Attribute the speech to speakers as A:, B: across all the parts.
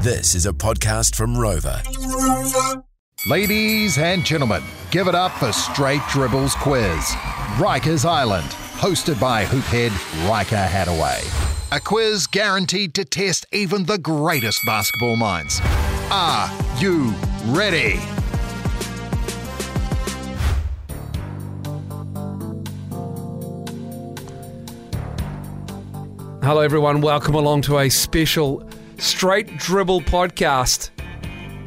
A: This is a podcast from Rover.
B: Ladies and gentlemen, give it up for Straight Dribbles Quiz. Rikers Island, hosted by hoophead Riker Hadaway. A quiz guaranteed to test even the greatest basketball minds. Are you ready?
C: Hello, everyone. Welcome along to a special Straight Dribble podcast.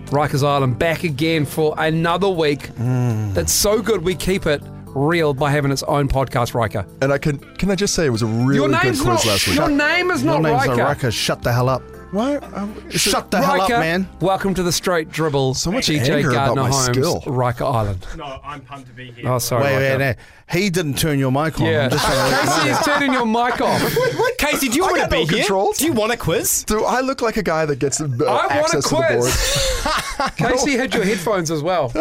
C: Rikers Island back again for another week.
D: Mm.
C: That's so good we keep it real by having its own podcast, Riker.
E: And I can can I just say it was a really
C: Your
E: good
C: name's
E: quiz
C: not.
E: last week.
C: Your name is
D: Your
C: not
D: name's
C: Riker.
D: not Riker. Shut the hell up.
E: Why? um, is it-
D: Shut the hell up,
C: Riker,
D: man.
C: welcome to the Straight Dribble.
E: So much
C: GJ
E: anger about
C: Gardner
E: my
C: Holmes,
E: skill.
C: Riker Island.
F: No, I'm pumped to be here.
C: Oh, sorry.
D: Wait,
C: Riker.
D: wait, wait. He didn't turn your mic on.
C: Yeah.
D: I'm just trying to let
C: Casey
D: you know.
C: is turning your mic off.
F: Casey, do you want to
E: got
F: be
E: no
F: here?
E: controls.
F: Do you want a quiz?
E: Do I look like a guy that gets uh,
C: I want a
E: access to the board?
C: quiz. Casey had your headphones as well.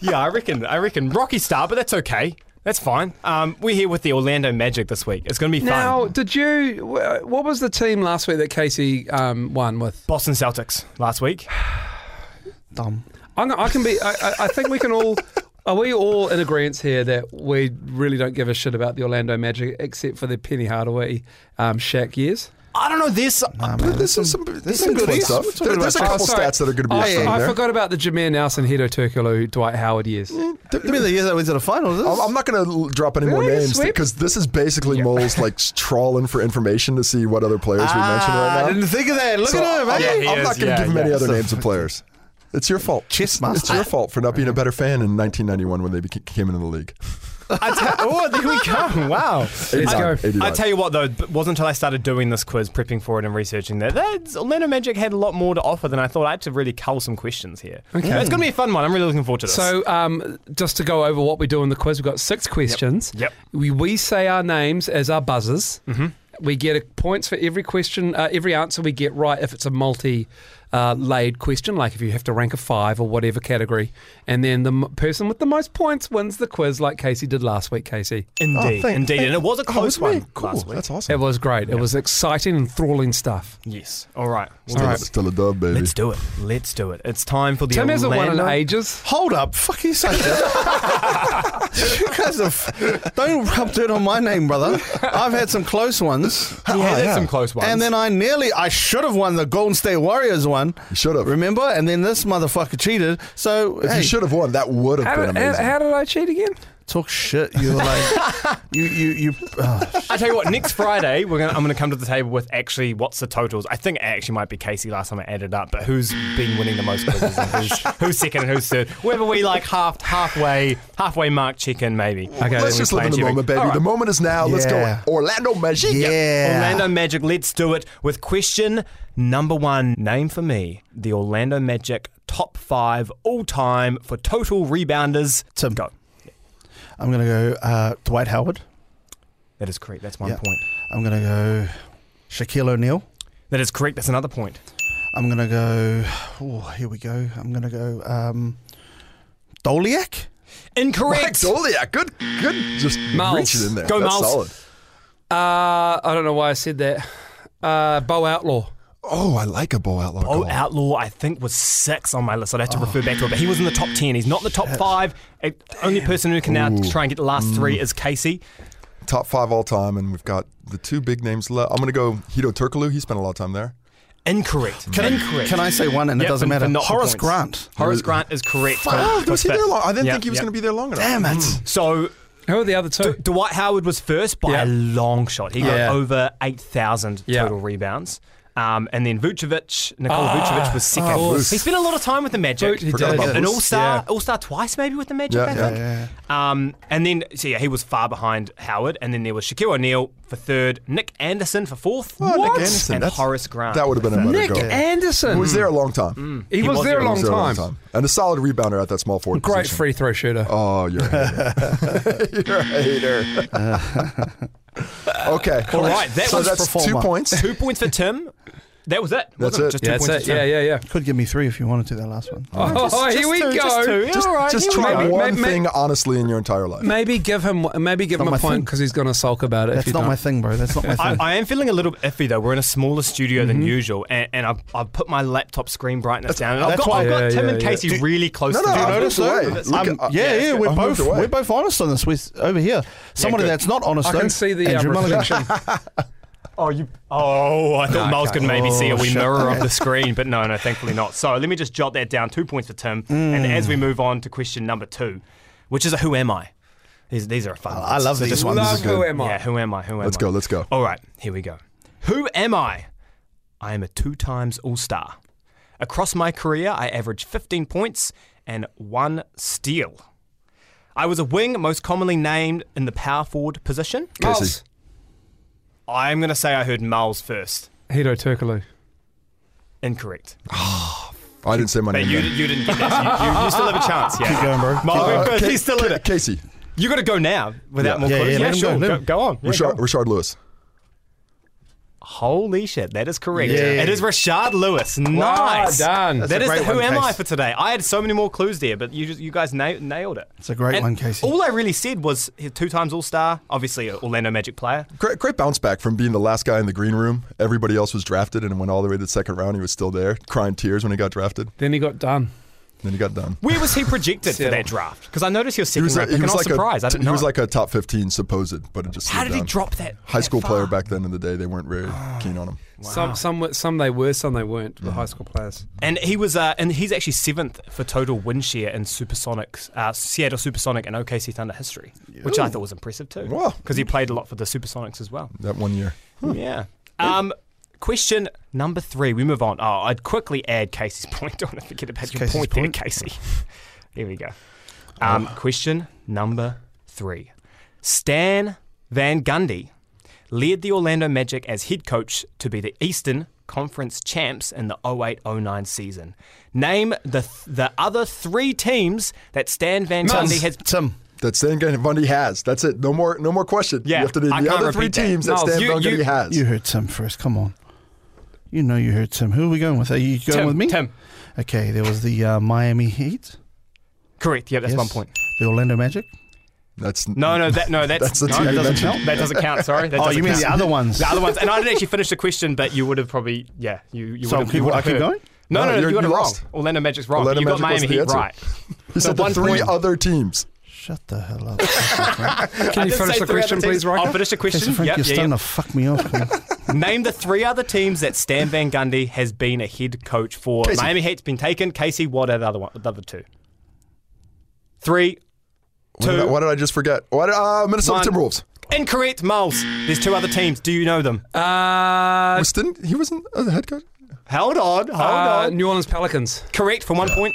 F: Yeah, I reckon. I reckon. Rocky Star, but that's okay. That's fine. Um, we're here with the Orlando Magic this week. It's going to be fun.
C: Now, did you? wh- What was the team last week that Casey um, won with?
F: Boston Celtics last week.
D: Dumb.
C: I'm, I can be. I, I- I think we can all. Are we all in agreement here that we really don't give a shit about the Orlando Magic except for the Penny Hardaway, um, Shaq years?
F: I don't know this.
E: But there's some, some, there's some good
D: good
E: stuff.
D: stuff.
E: There- there's a couple
C: sorry.
E: stats that are going to be
C: I,
E: interesting
C: I
E: there.
C: forgot about the Jameer Nelson, Hedo Turkoglu, Dwight Howard years.
D: You mean the year that we did a final? This?
E: I'm I'm not going to drop any more
C: Really?
E: names
C: Sweep?
E: because this is basically Moles like trawling for information to see what other players we mentioned
D: Ah, I
E: right now.
D: didn't think of that. Look
E: So
D: at him,
E: I'm,
D: man.
F: he
E: I'm
F: is.
E: not going to
F: Yeah,
E: give him any
D: yeah.
E: other
D: So-
E: names of players. It's your fault.
D: Chess
E: It's
D: master.
E: your fault for not being a better fan in 1991 when they beca- came into the league.
F: I te- oh, there we go. Wow.
C: Let's go.
E: 89, 89.
F: I tell you what, though, it wasn't until I started doing this quiz, prepping for it and researching that, that Orlando Magic had a lot more to offer than I thought. I had to really cull some questions here. Okay. It's going to be a fun one. I'm really looking forward to this.
C: So, um, just to go over what we do in the quiz, we've got six questions.
F: Yep.
C: We, we say our names as our buzzers. Mm-hmm. We get a, points for every question, uh, every answer we get right if it's a multi. Uh, laid question, like if you have to rank a five or whatever category, and then the m- person with the most points wins the quiz, like Casey did last week. Casey,
F: indeed.
E: Oh, thank-
F: indeed.
E: thank-
F: and it was a
E: Oh, it
F: close
E: me?
F: one
E: Cool.
F: last week.
E: That's awesome.
C: it was great. It was exciting, enthralling stuff.
F: Yes. All right.
E: Still, still a dub, baby.
F: Let's do it. Let's do it. It's time for the
C: Tim hasn't
F: Orlando.
C: won in ages.
D: Hold up. Fuck you, say that. you guys are. F- don't rub dirt on my name, brother. I've had some close ones.
F: He had
E: Oh, yeah.
F: some close ones.
D: And then I nearly, I should have won the Golden State Warriors one.
E: You should have.
D: Remember? And then this motherfucker cheated. So
E: If
D: hey,
E: you should have won, that would have
C: How
E: been
C: did, how,
E: amazing.
C: how did I cheat again?
D: talk shit. You're like, you, you, you. oh,
F: I tell you what, next Friday we're gonna, I'm going to come to the table with actually what's the totals. I think it actually might be Casey last time I added up, but who's been winning the most quizzes and who's, who's second and who's third? Whether we like half halfway halfway mark check in maybe. Okay,
E: Let's just live in the moment, baby. The moment is now. Let's go.
D: Yeah.
E: Orlando Magic.
D: yeah.
F: Orlando Magic, let's do it with question number one. Name for me the Orlando Magic top five all time for total rebounders.
D: Tim.
F: Go.
D: I'm gonna go uh, Dwight Howard.
F: That is correct. That's one
D: Yeah.
F: point.
D: I'm gonna go Shaquille O'Neal.
F: That is correct. That's another point.
D: I'm gonna go. Oh, here we go. I'm gonna go um, Doliak.
E: Mike
F: Incorrect.
E: Doliak. Good, good. Just
C: Miles.
E: reaching in there.
F: Go,
E: That's
F: Miles.
E: solid.
C: Uh, I don't know why I said that. Uh, Bo Outlaw.
E: Oh, I like a Bo Outlaw.
F: Oh,
E: goal.
F: Outlaw, I think, was six on my list. I'd have to refer back to it, but he was in the top 10. He's not in the top five. Uh, only person who can now try and get the last three is Casey.
E: Top five all time, and we've got the two big names left. I'm going to go Hito Turkoglu. He spent a lot of time there.
F: Incorrect. Incorrect.
D: Can I say one and
F: Yep,
D: it doesn't
F: for- for
D: matter?
F: not the
D: Horace
F: points.
D: Grant.
F: Horace Grant is correct.
E: Ah, was he there long? I didn't
F: Yep,
E: think he was
F: yep.
E: going to be there long enough.
D: Damn it.
F: So
C: Who are the other two?
F: D- Dwight Howard was first by
C: Yeah.
F: a long shot. He
C: Yeah.
F: got over 8,000
C: Yeah.
F: total rebounds. Um, and then Vucevic, Nikola Vucevic was second.
C: oh, Vuce.
F: he spent a lot of time with the Magic.
C: Vuce, he
E: Forgot did. about
F: An
E: Vuce.
F: All Star,
C: Yeah.
F: All Star twice maybe with the Magic.
E: Yeah,
F: I
E: yeah,
F: think. Um, and then so yeah, he was far behind Howard. And then there was Shaquille O'Neal for third, Nick Anderson for fourth,
E: Oh, Nick
C: What?
E: Anderson,
F: and
E: that's-
F: Horace Grant.
E: That would have been a better
C: Nick
E: goal. He
C: Anderson.
E: was there a long time.
C: he, was, there a
E: He
C: long
E: was there a
C: time.
E: long time. And a solid rebounder at that small forward
C: Great
E: position.
C: free throw shooter.
E: Oh, you're a hater. you're a hater. okay.
F: All right, that
E: so
F: one's
E: that's
F: performer.
E: two points.
F: two points for Tim. That was it.
E: That's
F: wasn't
E: it.
F: Just two
C: Yeah, that's
F: points
C: it.
F: to
C: Yeah,
F: two.
C: yeah, yeah.
D: Could give me three if you wanted to. That last one.
C: Oh, here we go.
F: two, Just, two. Yeah, all right,
E: Just
F: here we
E: try
F: go.
C: Maybe-
E: one
C: may- may-
E: thing honestly in your entire life.
C: Maybe give him maybe give
D: Not
C: him
D: my
C: a
D: thing.
C: point because he's going to sulk about it.
D: That's
C: if you
D: not
C: don't.
D: my thing, bro. That's not my
F: I,
D: thing.
F: I am feeling a little iffy though. We're in a smaller studio than
E: Mm-hmm.
F: usual, and, and I've, I've put my laptop screen brightness down. And I've
D: that's
F: got,
D: why-
F: I've got
C: Yeah,
F: Tim
C: yeah,
F: and
C: yeah.
F: Casey really close.
E: No, no,
F: to
E: I've
F: each other.
E: moved away.
F: It's-
E: Look
F: I'm-
E: at- uh,
D: yeah, yeah,
F: it's
D: we're
E: I've moved
D: both
E: away.
D: we're both honest on this. We're s- over here. Somebody
F: good.
D: that's not honest.
C: I can
D: though,
C: see the uh,
D: Andrew Mulligan.
C: reflection.
F: Oh, you. Oh, I thought Miles could maybe see a
E: Oh,
F: wee mirror of the screen, but no, no, thankfully not. So let me just jot that down. Two points for Tim. And as
E: Mm.
F: we move on to question number two, which is a who am I? These, these are fun.
D: I love these.
E: just one.
C: Love
E: This is good.
C: who am I?
F: Yeah, who am I? Who am
E: Let's
F: I?
E: go, let's go.
F: All right, here we go. Who am I? I am a two times All Star. Across my career, I averaged 15 points and one steal. I was a wing, most commonly named in the power forward position.
C: Miles.
F: I'm going to say I heard Miles first.
C: Hito Turkoglu.
F: Incorrect.
E: I didn't say my
F: But
E: name.
F: you,
E: then.
F: you didn't get that. You, you, you still have a chance. Yeah. Keep going, bro. Miles went first.
E: Ca-
F: He's still in
E: Ca-
F: it.
E: Casey,
F: You got to go now without more
D: Yeah,
F: clues.
D: yeah, let him go,
F: sure.
D: let
F: Go,
D: him-
F: go on. Yeah, go
E: Richard,
F: on.
E: Richard Lewis.
F: Holy shit, that is correct.
D: Yeah.
F: It is Rashad Lewis. Nice.
C: done.
F: That
D: a
F: is the
D: great
F: who
D: one,
F: am I
D: Case.
F: for today. I had so many more clues there, but you just, you guys na- nailed it. It's
D: a great one, Casey.
F: All I really said was he's two times All Star, obviously an Orlando Magic player.
E: Great, great bounce back from being the last guy in the green room. Everybody else was drafted and went all the way to the second round. He was still there, crying tears when he got drafted.
C: Then he got done.
E: Then he got done.
F: Where was he projected for
C: Settle.
F: that draft? Because I noticed your
E: He
F: second
E: was,
F: round
E: he
F: pick, and
E: was
F: I was
E: like
F: surprised.
E: a,
F: I didn't know.
E: He was like a top 15 supposed, but it just
F: How
E: slid
F: did he
E: down.
F: drop that?
E: High
F: that
E: school player
F: far?
E: back then in the day, they weren't very keen on him.
C: Some some were- some they were, some they weren't. The high school players.
F: And he was, uh, and he's actually seventh for total win share in Supersonics, uh, Seattle Supersonic and OKC Thunder history, which I thought was impressive too.
E: Wow.
F: Because he played a lot for the Supersonics as well.
E: That one year.
F: Yeah. Hmm. Um, question number three. We move on. Oh, I'd quickly add Casey's point. Don't wanna forget about your
D: Casey's
F: point,
D: point. Uh.
F: there, Casey. Here we go. Um, Question number three. Stan Van Gundy led the Orlando Magic as head coach to be the Eastern Conference champs in the 08-09 season. Name the th- the other three teams that Stan Van
D: Tim,
F: Gundy has.
D: Tim.
E: That Stan Van Gundy has. That's it. No more no more question.
F: Yeah,
E: you have to name
F: I
E: the
F: can't
E: other three
F: repeat that.
E: teams that,
C: Miles,
E: Stan
C: you-
E: Van Gundy
C: you-
E: has.
D: You heard Tim first. Come on. You know you heard Tim. Who are we going with? Are you going
F: Tim,
D: with me?
F: Tim.
D: Okay, there was the uh, Miami Heat.
F: Correct. Yeah, that's
D: Yes.
F: one point.
D: The Orlando Magic.
E: That's
F: No, no, that no, that's,
E: That's the
F: no,
E: team
F: that
E: you
F: doesn't
E: mentioned.
F: count. That doesn't count. Sorry. That
D: Oh,
F: doesn't
D: you mean
F: count.
D: the other ones?
F: The other ones, and I didn't actually finish the question, but you would have probably, yeah, you you
D: So
F: would have.
D: keep-
F: you would
D: I
F: have
D: keep
F: heard.
D: going?
F: No,
E: No,
F: no, no,
E: you're-
F: you got it
E: you
F: wrong.
E: lost.
F: Orlando Magic's wrong.
E: Orlando
F: you got
E: Magic was
F: Miami
E: the
F: Heat
E: answer.
F: right.
E: He
F: So
E: said the
F: one
E: three
F: point.
E: other teams.
D: Shut the hell up.
C: Can you finish the question, please,
F: right? I'll
C: Riker?
F: finish the
D: Casey
F: question.
D: Frank,
F: Yep,
D: you're
F: yeah,
D: starting
F: yeah.
D: to fuck me off. man.
F: Name the three other teams that Stan Van Gundy has been a head coach for.
E: Casey.
F: Miami Heat's been taken. Casey, what are the other one? The other two. Three.
E: Why did I,
F: Two.
E: why did I just forget? Why did, uh, Minnesota
F: One.
E: Timberwolves.
F: Incorrect, Miles. There's two other teams. Do you know them?
C: Uh,
E: Was Stan, he wasn't a head coach?
F: Hold on. Hold
C: uh,
F: on.
C: New Orleans Pelicans.
F: Correct for one point.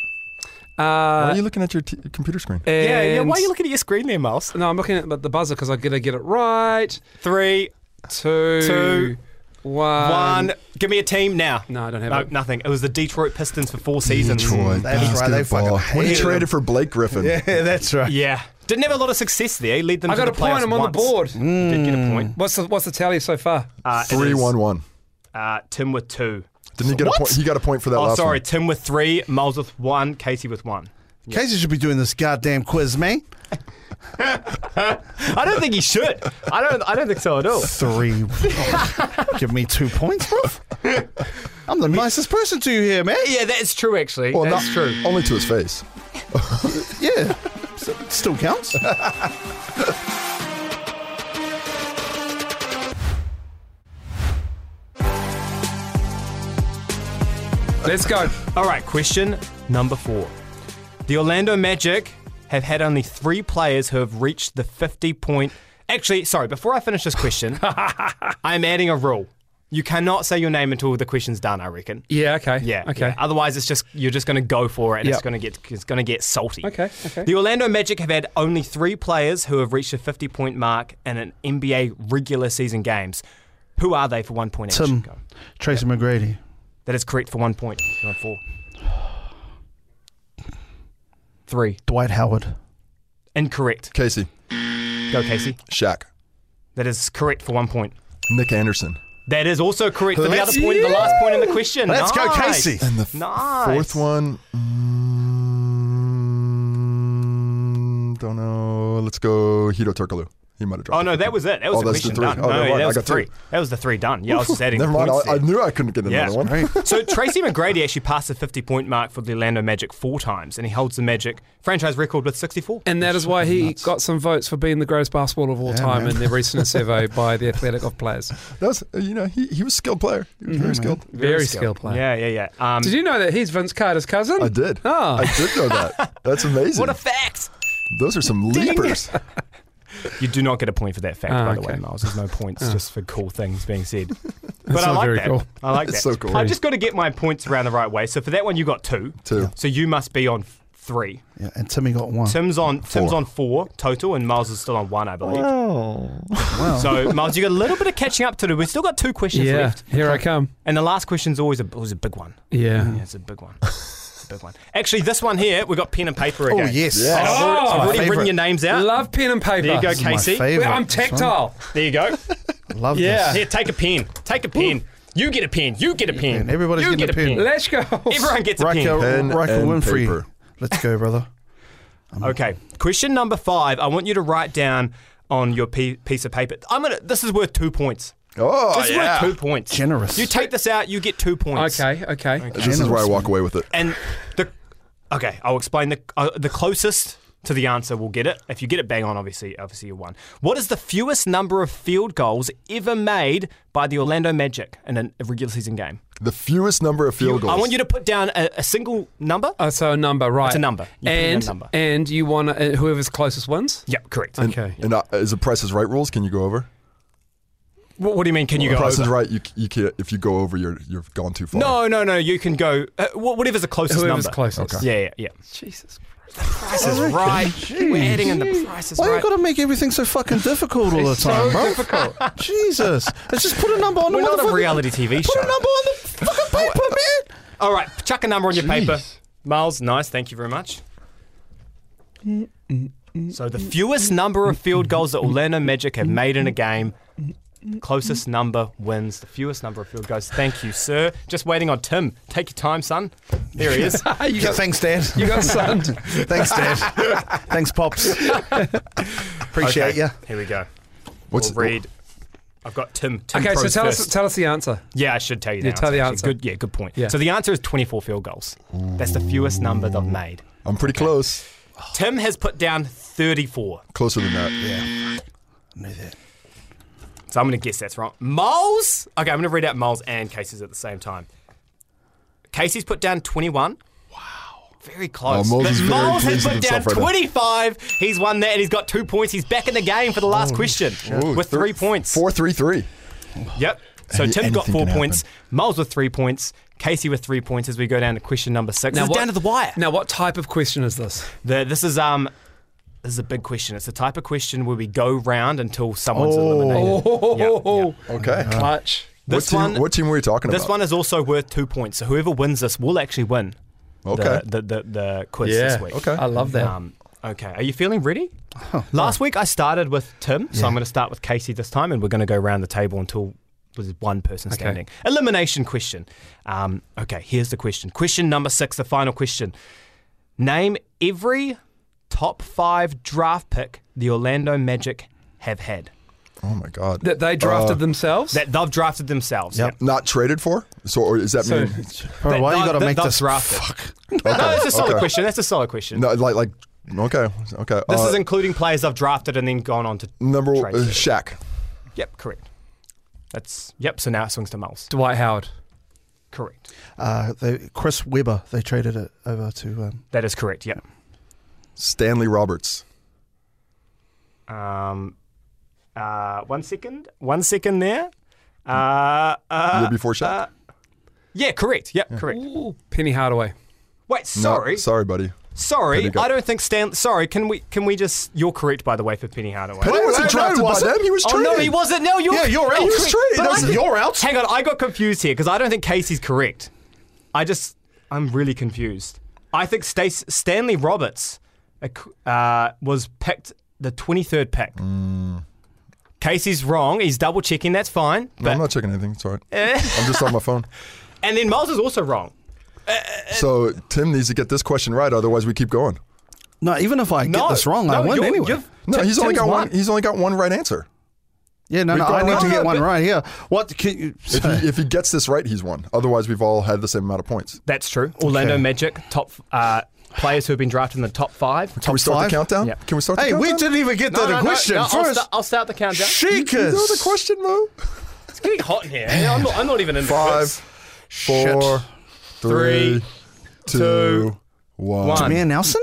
E: Why
C: Uh,
E: are you looking at your t- computer screen?
F: Yeah, yeah. Why are
C: and-
F: you looking at your screen there, Miles?
C: No, I'm looking at the buzzer because I gotta get it right.
F: Three,
C: Two,
F: Two,
C: one.
F: one. Give me a team now.
C: Um, No, I don't have
F: No,
C: it.
F: nothing. It was the Detroit Pistons for four seasons.
D: That's right, they fucking
E: basketball. When he
D: hated
E: traded for Blake Griffin.
D: yeah, that's right.
F: Yeah. Didn't have a lot of success there. Lead them
C: I
F: to
C: got
F: the
C: a point.
F: playoffs
C: I'm on
F: once.
C: the board.
F: You Did get a point.
C: What's the what's the tally so far?
F: Uh, it
E: Mm. Three
F: is,
E: one one.
F: Uh, Tim with two.
E: Didn't he get a point? He got a point for that
F: Oh,
E: last
F: sorry.
E: one.
F: Tim with three. Miles with one. Casey with one.
D: Casey should be doing this goddamn quiz, man.
F: I don't think he should. I don't. I don't think so at all.
D: Three. Give me two points, bro. I'm the nicest person to you here, man.
F: Yeah, that is true. Actually,
C: uh,
E: Well,
F: that's
E: not-
F: true.
E: Only to his face.
D: Yeah. So- Still counts.
C: Let's go.
F: All right. Question number four. The Orlando Magic have had only three players who have reached the 50 point. Actually, sorry, before I finish this question, I'm adding a rule. You cannot say your name until the question's done, I reckon.
C: Yeah. Okay.
F: Yeah.
C: Okay.
F: yeah. Otherwise, it's just you're just going to go for it, and it's
C: Yep.
F: going to get it's going to get salty.
C: Okay, okay.
F: The Orlando Magic have had only three players who have reached the 50 point mark in an NBA regular season games. Who are they for one point? each?
D: Tim.
F: Go.
D: Tracy McGrady.
F: That is correct for one point. You're on four. Three.
D: Dwight Howard.
F: Incorrect.
E: Casey,
F: Go, Casey.
E: Shaq,
F: That is correct for one point.
E: Nick Anderson.
F: That is also correct for the
D: Let's-
F: other point, the last point in the question.
D: Let's go,
F: Nice.
D: Casey.
E: And the f-
F: Nice.
E: fourth one, mm, don't know. Let's go Hito Turkoglu. He might have dropped.
F: Oh no,
E: it.
F: that was it. That was
E: Oh,
F: the
E: that's the
F: question
E: three.
F: done.
E: Oh,
F: no,
E: never mind.
F: that
E: I
F: was
E: got
F: three.
E: two.
F: That was the three done. Yeah, I was just adding
E: Never mind.
F: points
E: I, I
F: there.
E: knew I couldn't get another one.
F: so Tracy McGrady actually passed the 50 point mark for the Orlando Magic four times, and he holds the Magic franchise record with 64.
C: And that is why he got some votes for being the greatest basketballer of all time in the recent survey by the Athletic of Players.
E: That was, uh, you know, he, he was a skilled player. He
F: Mm-hmm.
E: was very skilled.
C: Very, skilled player.
F: Yeah, yeah, yeah. Um,
C: Did you know that he's Vince Carter's cousin?
E: I did.
C: Oh.
E: I did know that. That's amazing.
F: what a fact!
E: Those are some leapers.
F: You do not get a point for that fact,
C: Ah,
F: by the way,
C: okay.
F: Miles. There's no points just for cool things being said. but I
C: not
F: like
C: very
F: that.
C: cool.
F: I like that.
E: That's so cool.
F: I've just got to get my points around the right way. So for that one, you got two.
E: Two.
F: So you must be on f- three.
D: Yeah, and Timmy got one.
F: Tim's on Tim's on four total, and Miles is still on one, I believe.
D: Wow.
F: So Miles, you got a little bit of catching up to do. We've still got two questions
C: Yeah,
F: left,
C: here I come.
F: and the last question's always a always a big one.
C: Yeah.
F: Yeah, it's a big one. It's a big one. Actually, this one here, we've got pen and paper
D: oh
F: again.
D: yes.
E: Yeah.
F: And I've already, I've
C: Oh,
F: already written
D: favourite.
F: your names out.
C: Love pen and paper.
F: Mm. there you go,
D: My
F: Oh, Casey.
D: favourite.
C: Well, I'm
D: This one.
C: tactile.
F: There you go.
D: Love
C: Yeah.
D: this.
F: Here, take a pen. Take a pen. You get a pen. You get a pen.
D: pen. Everybody's
F: you
D: getting
F: get
D: a pen.
C: Let's go.
F: Everyone gets a pen.
D: Riker,
E: Pen
D: Riker
E: and
D: Winfrey.
E: paper.
D: Let's go, brother.
F: Okay. Question number five. I want you to write down on your pe- piece of paper. I'm gonna. This is worth two points.
E: oh,
F: This
E: yeah.
F: is worth two points.
D: Generous.
F: You take this out, you get two points.
C: Okay, okay.
E: This is where I walk away with it.
F: And the okay, I'll explain the uh, the closest to the answer will get it. If you get it bang on, obviously, obviously you won. What is the fewest number of field goals ever made by the Orlando Magic in an- a regular season game?
E: The fewest number of field goals.
F: I want you to put down a, a single number.
C: Uh, so a number, right?
F: It's a number. You put in a
C: and
F: number.
C: and you want uh, whoever's closest wins.
F: Yep, correct.
C: Okay.
E: And uh, is the Price is Right rules? Can you go over?
F: What, what do you mean? Can you go?
E: Price is
F: over?
E: Right. You, you can't. If you go over, you're you've gone too far.
F: No, no, no. You can go. Uh, wh- whatever's the closest
C: Whoever's
F: number.
C: closest.
F: Yeah, yeah, yeah.
C: Jesus.
F: Price is right. We're adding in the prices
D: Why
F: right.
D: you got to make everything so fucking difficult all the time, bro? Jesus. Let's just put a number on
F: We're
D: the
F: not a
D: motherfucking-
F: reality TV
D: Put a
F: show.
D: number on the fucking paper, man.
F: All right, chuck a number on your paper. Miles, nice. Thank you very much. So the fewest number of field goals that Orlando Magic have made in a game. Closest number wins. The fewest number of field goals. Thank you, sir. Just waiting on Tim. Take your time, son. There he is.
C: you got
D: Thanks, Dad.
C: you got sunned.
D: Thanks, Dad. Thanks, Pops. Appreciate
F: Okay,
D: ya.
F: Here we go.
E: What's
F: we'll read. I've got Tim. Tim
C: okay, so
F: Prose
C: tell us
F: first.
C: tell us the answer.
F: Yeah, I should tell you the
C: Yeah,
F: answer.
C: tell the
F: actually.
C: answer.
F: Good, yeah, good point.
C: Yeah.
F: So the answer is 24 field goals. That's the fewest number they've made.
E: I'm pretty close.
F: Tim has put down 34.
E: Closer than that. Yeah.
F: So I'm going to guess that's wrong. Moles? Okay, I'm going to read out Moles and Casey's at the same time. Casey's put down 21. Wow. Very close.
E: Oh, Moles
F: But
E: is very
F: Moles has
E: pleased
F: put
E: with
F: down
E: himself right now.
F: 25. He's won that and he's got two points. He's back in the game for the last question with three points.
E: Four, three, three.
F: Yep. So
E: Any-
F: Tim got
E: anything
F: four
E: can
F: points, Moles with three points, Casey with three points as we go down to question number six. This is
C: what-
F: down to the wire.
C: Now, what type of question is this?
F: The, this is um, this is a big question. It's the type of question where we go round until someone's eliminated.
C: Oh,
E: Okay.
C: clutch.
F: This
E: what, team,
F: one,
E: what team were you talking
F: this
E: about?
F: one is also worth two points. So whoever wins this will actually win.
E: Okay.
F: The the, the, the quiz this week.
E: Okay.
C: I love that.
F: Um, okay. Are you feeling ready?
E: Oh,
F: Last week I started with Tim, so I'm going to start with Casey this time, and we're going to go around the table until there's one person standing. Elimination question. Um, okay, here's the question. Question number six, the final question. Name every top five draft pick the Orlando Magic have had
E: oh my God.
C: that they drafted
E: Uh,
C: themselves.
F: that they've drafted themselves.
D: Yep.
E: Not traded for? So or does that
C: So-
E: mean
D: Bro, why you
F: That-
D: got to
F: that-
D: make
F: that's
D: this
F: drafted.
D: Fuck.
F: No, it's a solid
E: okay.
F: question. That's a solid question.
E: no, like like okay okay.
F: This
E: uh,
F: is including players they've drafted and then gone on to.
E: number uh,
F: trades.
E: Shaq.
F: Yep, correct. That's yep. So now it swings to Miles.
C: Dwight Howard.
F: Correct.
D: Uh, they, Chris Webber, they traded it over to. Um,
F: That is correct. Yep.
E: Stanley Roberts.
F: Um, uh, one second. One second there. Uh, uh,
E: Year before Shaq.
F: uh, yeah, correct. Yep, correct.
C: Ooh, Penny Hardaway.
F: Wait,
E: No,
F: sorry,
E: Oh, sorry, buddy.
F: sorry.
E: Penny got-
F: I don't think Stan. Sorry, can we can we just? You're correct, by the way, for Penny Hardaway.
E: Penny
D: Wait,
E: wasn't
D: wait, no,
E: drafted by
D: wasn't.
E: them. He was
F: Oh
E: traded.
F: no, he wasn't. No, you're
D: yeah, you're out.
E: He was traded.
D: But I
E: That's-
D: think- You're out.
F: Hang on, I got confused here because I don't think Casey's correct. I just, I'm really confused. I think Stace, Stanley Roberts uh, c- uh, was picked the 23rd pick. Casey's wrong. He's double checking. That's fine.
E: No,
F: But,
E: I'm not checking anything. It's all right. I'm just on my phone.
F: and then Miles is also wrong.
E: So Tim needs to get this question right, otherwise we keep going.
D: No, even if I
F: No,
D: get this wrong, I
F: no,
D: win
F: you're-
D: anyway.
F: you're-
E: No,
F: Tim-
E: he's only
F: Tim's
E: got one.
F: won.
E: He's only got one right answer.
D: Yeah, no, no,
E: got
D: I need
E: one-
D: to
E: No,
D: get one
E: but-
D: right here. What? Can you,
E: If he, if he gets this right, he's won. Otherwise, we've all had the same amount of points.
F: That's true. Orlando Magic top uh, players who have been drafted in the top five.
E: Can we start
D: five?
E: the countdown?
F: Yep.
E: Can we start?
D: hey,
E: the
D: we
E: countdown?
D: didn't even get to the question
F: no, I'll,
D: first.
F: sta- I'll start the countdown.
E: You
D: Shakers.
E: know the question, Mo.
F: It's getting hot in here. I'm not, I'm not even in
E: Five,
F: The
E: four, three,
F: Three,
E: two,
F: two,
E: one.
F: one.
D: Mayor Nelson?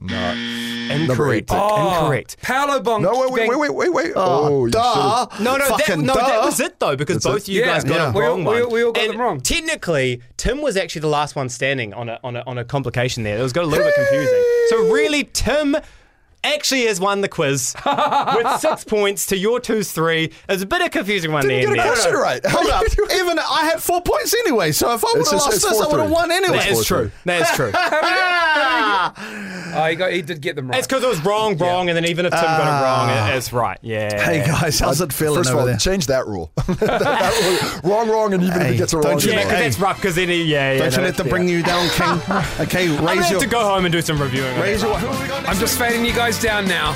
E: Number eight.
F: Incorrect. Incorrect.
C: Oh, Paolo Bonk.
E: No, wait, wait, wait, wait, wait,
F: Uh,
E: wait. Oh, you
D: Duh.
E: should've-
F: No, no, that,
D: Fucking
F: no, that
D: duh.
F: was it though, because both of you
C: Yeah,
F: guys got
C: yeah.
F: it
C: We all-
F: wrong.
C: we all-
F: one.
C: we all got
F: And
C: them wrong.
F: Technically, Tim was actually the last one standing on a on a, on a complication there. It was got a little bit confusing. So really, Tim actually has won the quiz with six points to your two's three. It's a bit of a confusing one
E: Didn't
F: there.
E: get a
F: Nick.
E: question right.
D: Hold up. Even I had four points anyway, so if I would
E: It's
D: have
E: just-
D: lost
E: it's
D: this, I would have
E: 4-3.
D: won anyway.
F: That is true. That is true.
C: Oh, he, got, he did get them right.
F: It's because it was wrong, wrong, and then even if Tim got it wrong, it, it's right. Yeah.
D: Hey guys, how's it feeling
E: First of
D: over
E: all,
D: there?
E: change that rule. that, that rule. Wrong, wrong, and even if
D: Hey,
E: he gets it wrong,
D: don't you
E: he's
F: Yeah,
E: wrong.
F: because that's rough. Because then, he, yeah, yeah.
D: Don't you
F: no,
D: let them
F: that's-
D: bring
F: yeah.
D: you down, King. Okay,
F: I'm gonna
D: raise
F: have
D: your.
F: to go home and do some reviewing. on
D: Raise
F: that.
D: your.
C: I'm just fading you guys down now.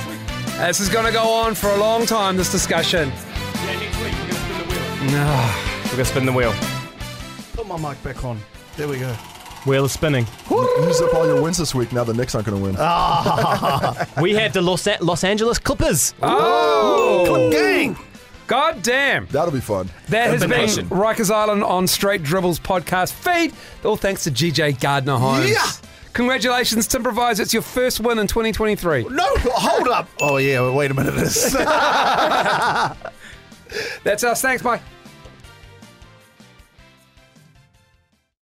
C: This is going to go on for a long time, this discussion.
F: Yeah, next week we're gonna spin the wheel. We're gonna spin the wheel.
D: Put my mic back on. There we go.
F: Wheel is spinning.
E: Use up all your wins this week. Now the Knicks aren't going to win.
D: Ah.
F: We have the Los, A- Los Angeles Clippers.
C: Oh!
D: Gang!
C: God damn.
E: That'll be fun.
C: That has been
F: Combination.
C: Rikers Island on Straight Dribbles podcast feed. All thanks to GJ Gardner Holmes.
D: Yeah.
C: Congratulations, Tim Provides. It's your first win in 2023.
D: No, hold up. Oh, yeah, wait a minute. This.
C: That's us. Thanks. Bye.